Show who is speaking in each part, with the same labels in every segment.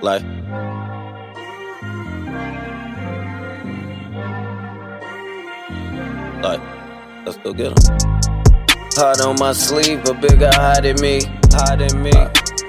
Speaker 1: Like, like, let's go get 'em. Heart on my sleeve, a bigger heart in me. Heart in me.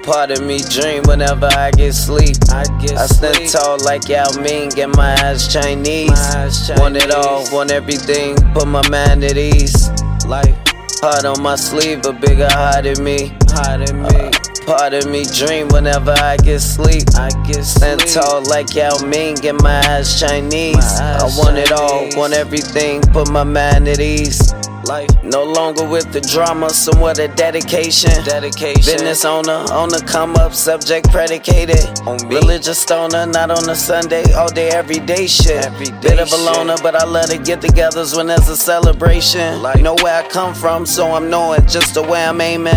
Speaker 1: Part of me dream whenever I get sleep. I get I stand tall like Yao Ming, and my eyes Chinese. Want it all, want everything, put my mind at ease. Life. Heart on my sleeve, a bigger heart in me. Heart in me. part of me dream whenever I get sleep. I get stand tall like Yao Ming, and my eyes Chinese. I want it all, want everything, put my mind at ease. Life no longer with the drama, somewhat a dedication. Dedication. Business owner, on the come up, subject predicated. On Religious stoner, not on a Sunday, all day, every day shit. Bit of a loner, but I love to get togethers when there's a celebration. Like know where I come from, so I'm knowing just the way I'm aiming.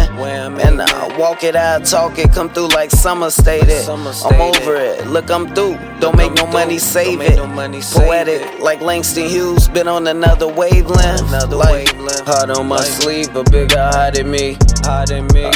Speaker 1: and I walk it, I talk it, come through like summer stated. I'm over it, look, I'm through. Don't make no money, save it. Poetic, like Langston Hughes, been on another wavelength. Another wavelength. Heart on my sleeve, a bigger heart in me. Heart in me.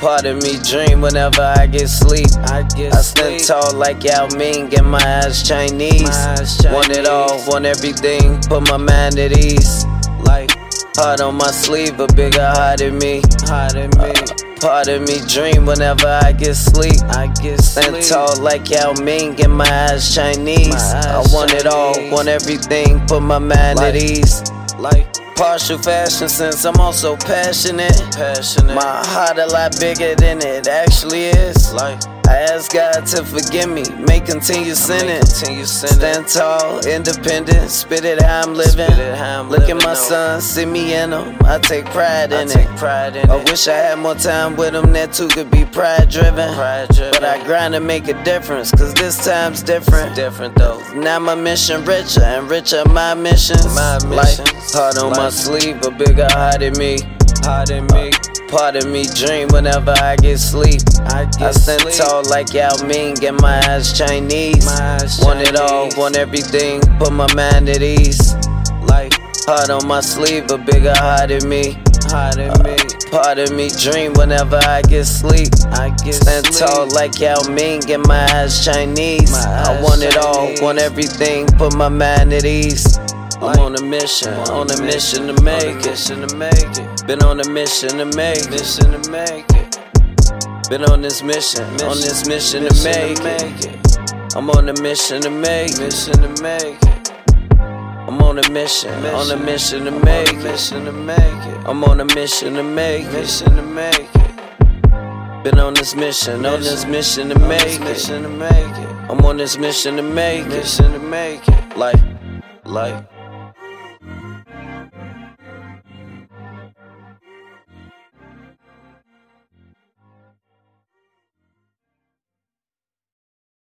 Speaker 1: Part of me dream whenever I get sleep. I get I stand tall like Yao Ming and my eyes Chinese. Want it all, want everything, put my mind at ease. Like heart on my sleeve, a bigger heart in me. Heart in me. part of me dream whenever I get sleep. I get stand tall like Yao Ming and my eyes Chinese. I want it all, want everything, put my mind at ease. Like partial fashion since I'm also passionate. Passionate. My heart a lot bigger than it actually is. Like I ask God to forgive me, may continue sinning. Continue sinning. Stand tall, independent, spit it how I'm living. Look at my son, see me in him. I take pride in it. Pride in I wish I had more time with him, that too could be pride driven. Pride driven. But I grind to make a difference, cause this time's different. different though. Now my mission richer and richer my missions. My mission. heart on my sleeve, a bigger heart in me. Heart in me. Part of me dream whenever I get sleep. I, get stand tall like Yao Ming and my eyes Chinese. want it all, want everything, put my mind at ease. Life, heart on my sleeve, a bigger heart in me. Heart in me. Part of me dream whenever I get sleep. I get stand tall like Yao Ming and my eyes Chinese. I want it all, want everything, put my mind at ease. I'm on a mission, on a mission to make it. Mission to make it. Been on a mission to make, mission to make it. Been on this mission, on this mission, to make, it. I'm on a mission to make, mission to make it. I'm on a mission, on a mission to make, mission to make it. I'm on a mission to make, mission to make it. Been on this mission, on this mission to make, mission to make it. I'm on this mission to make, mission to make it. Life, life.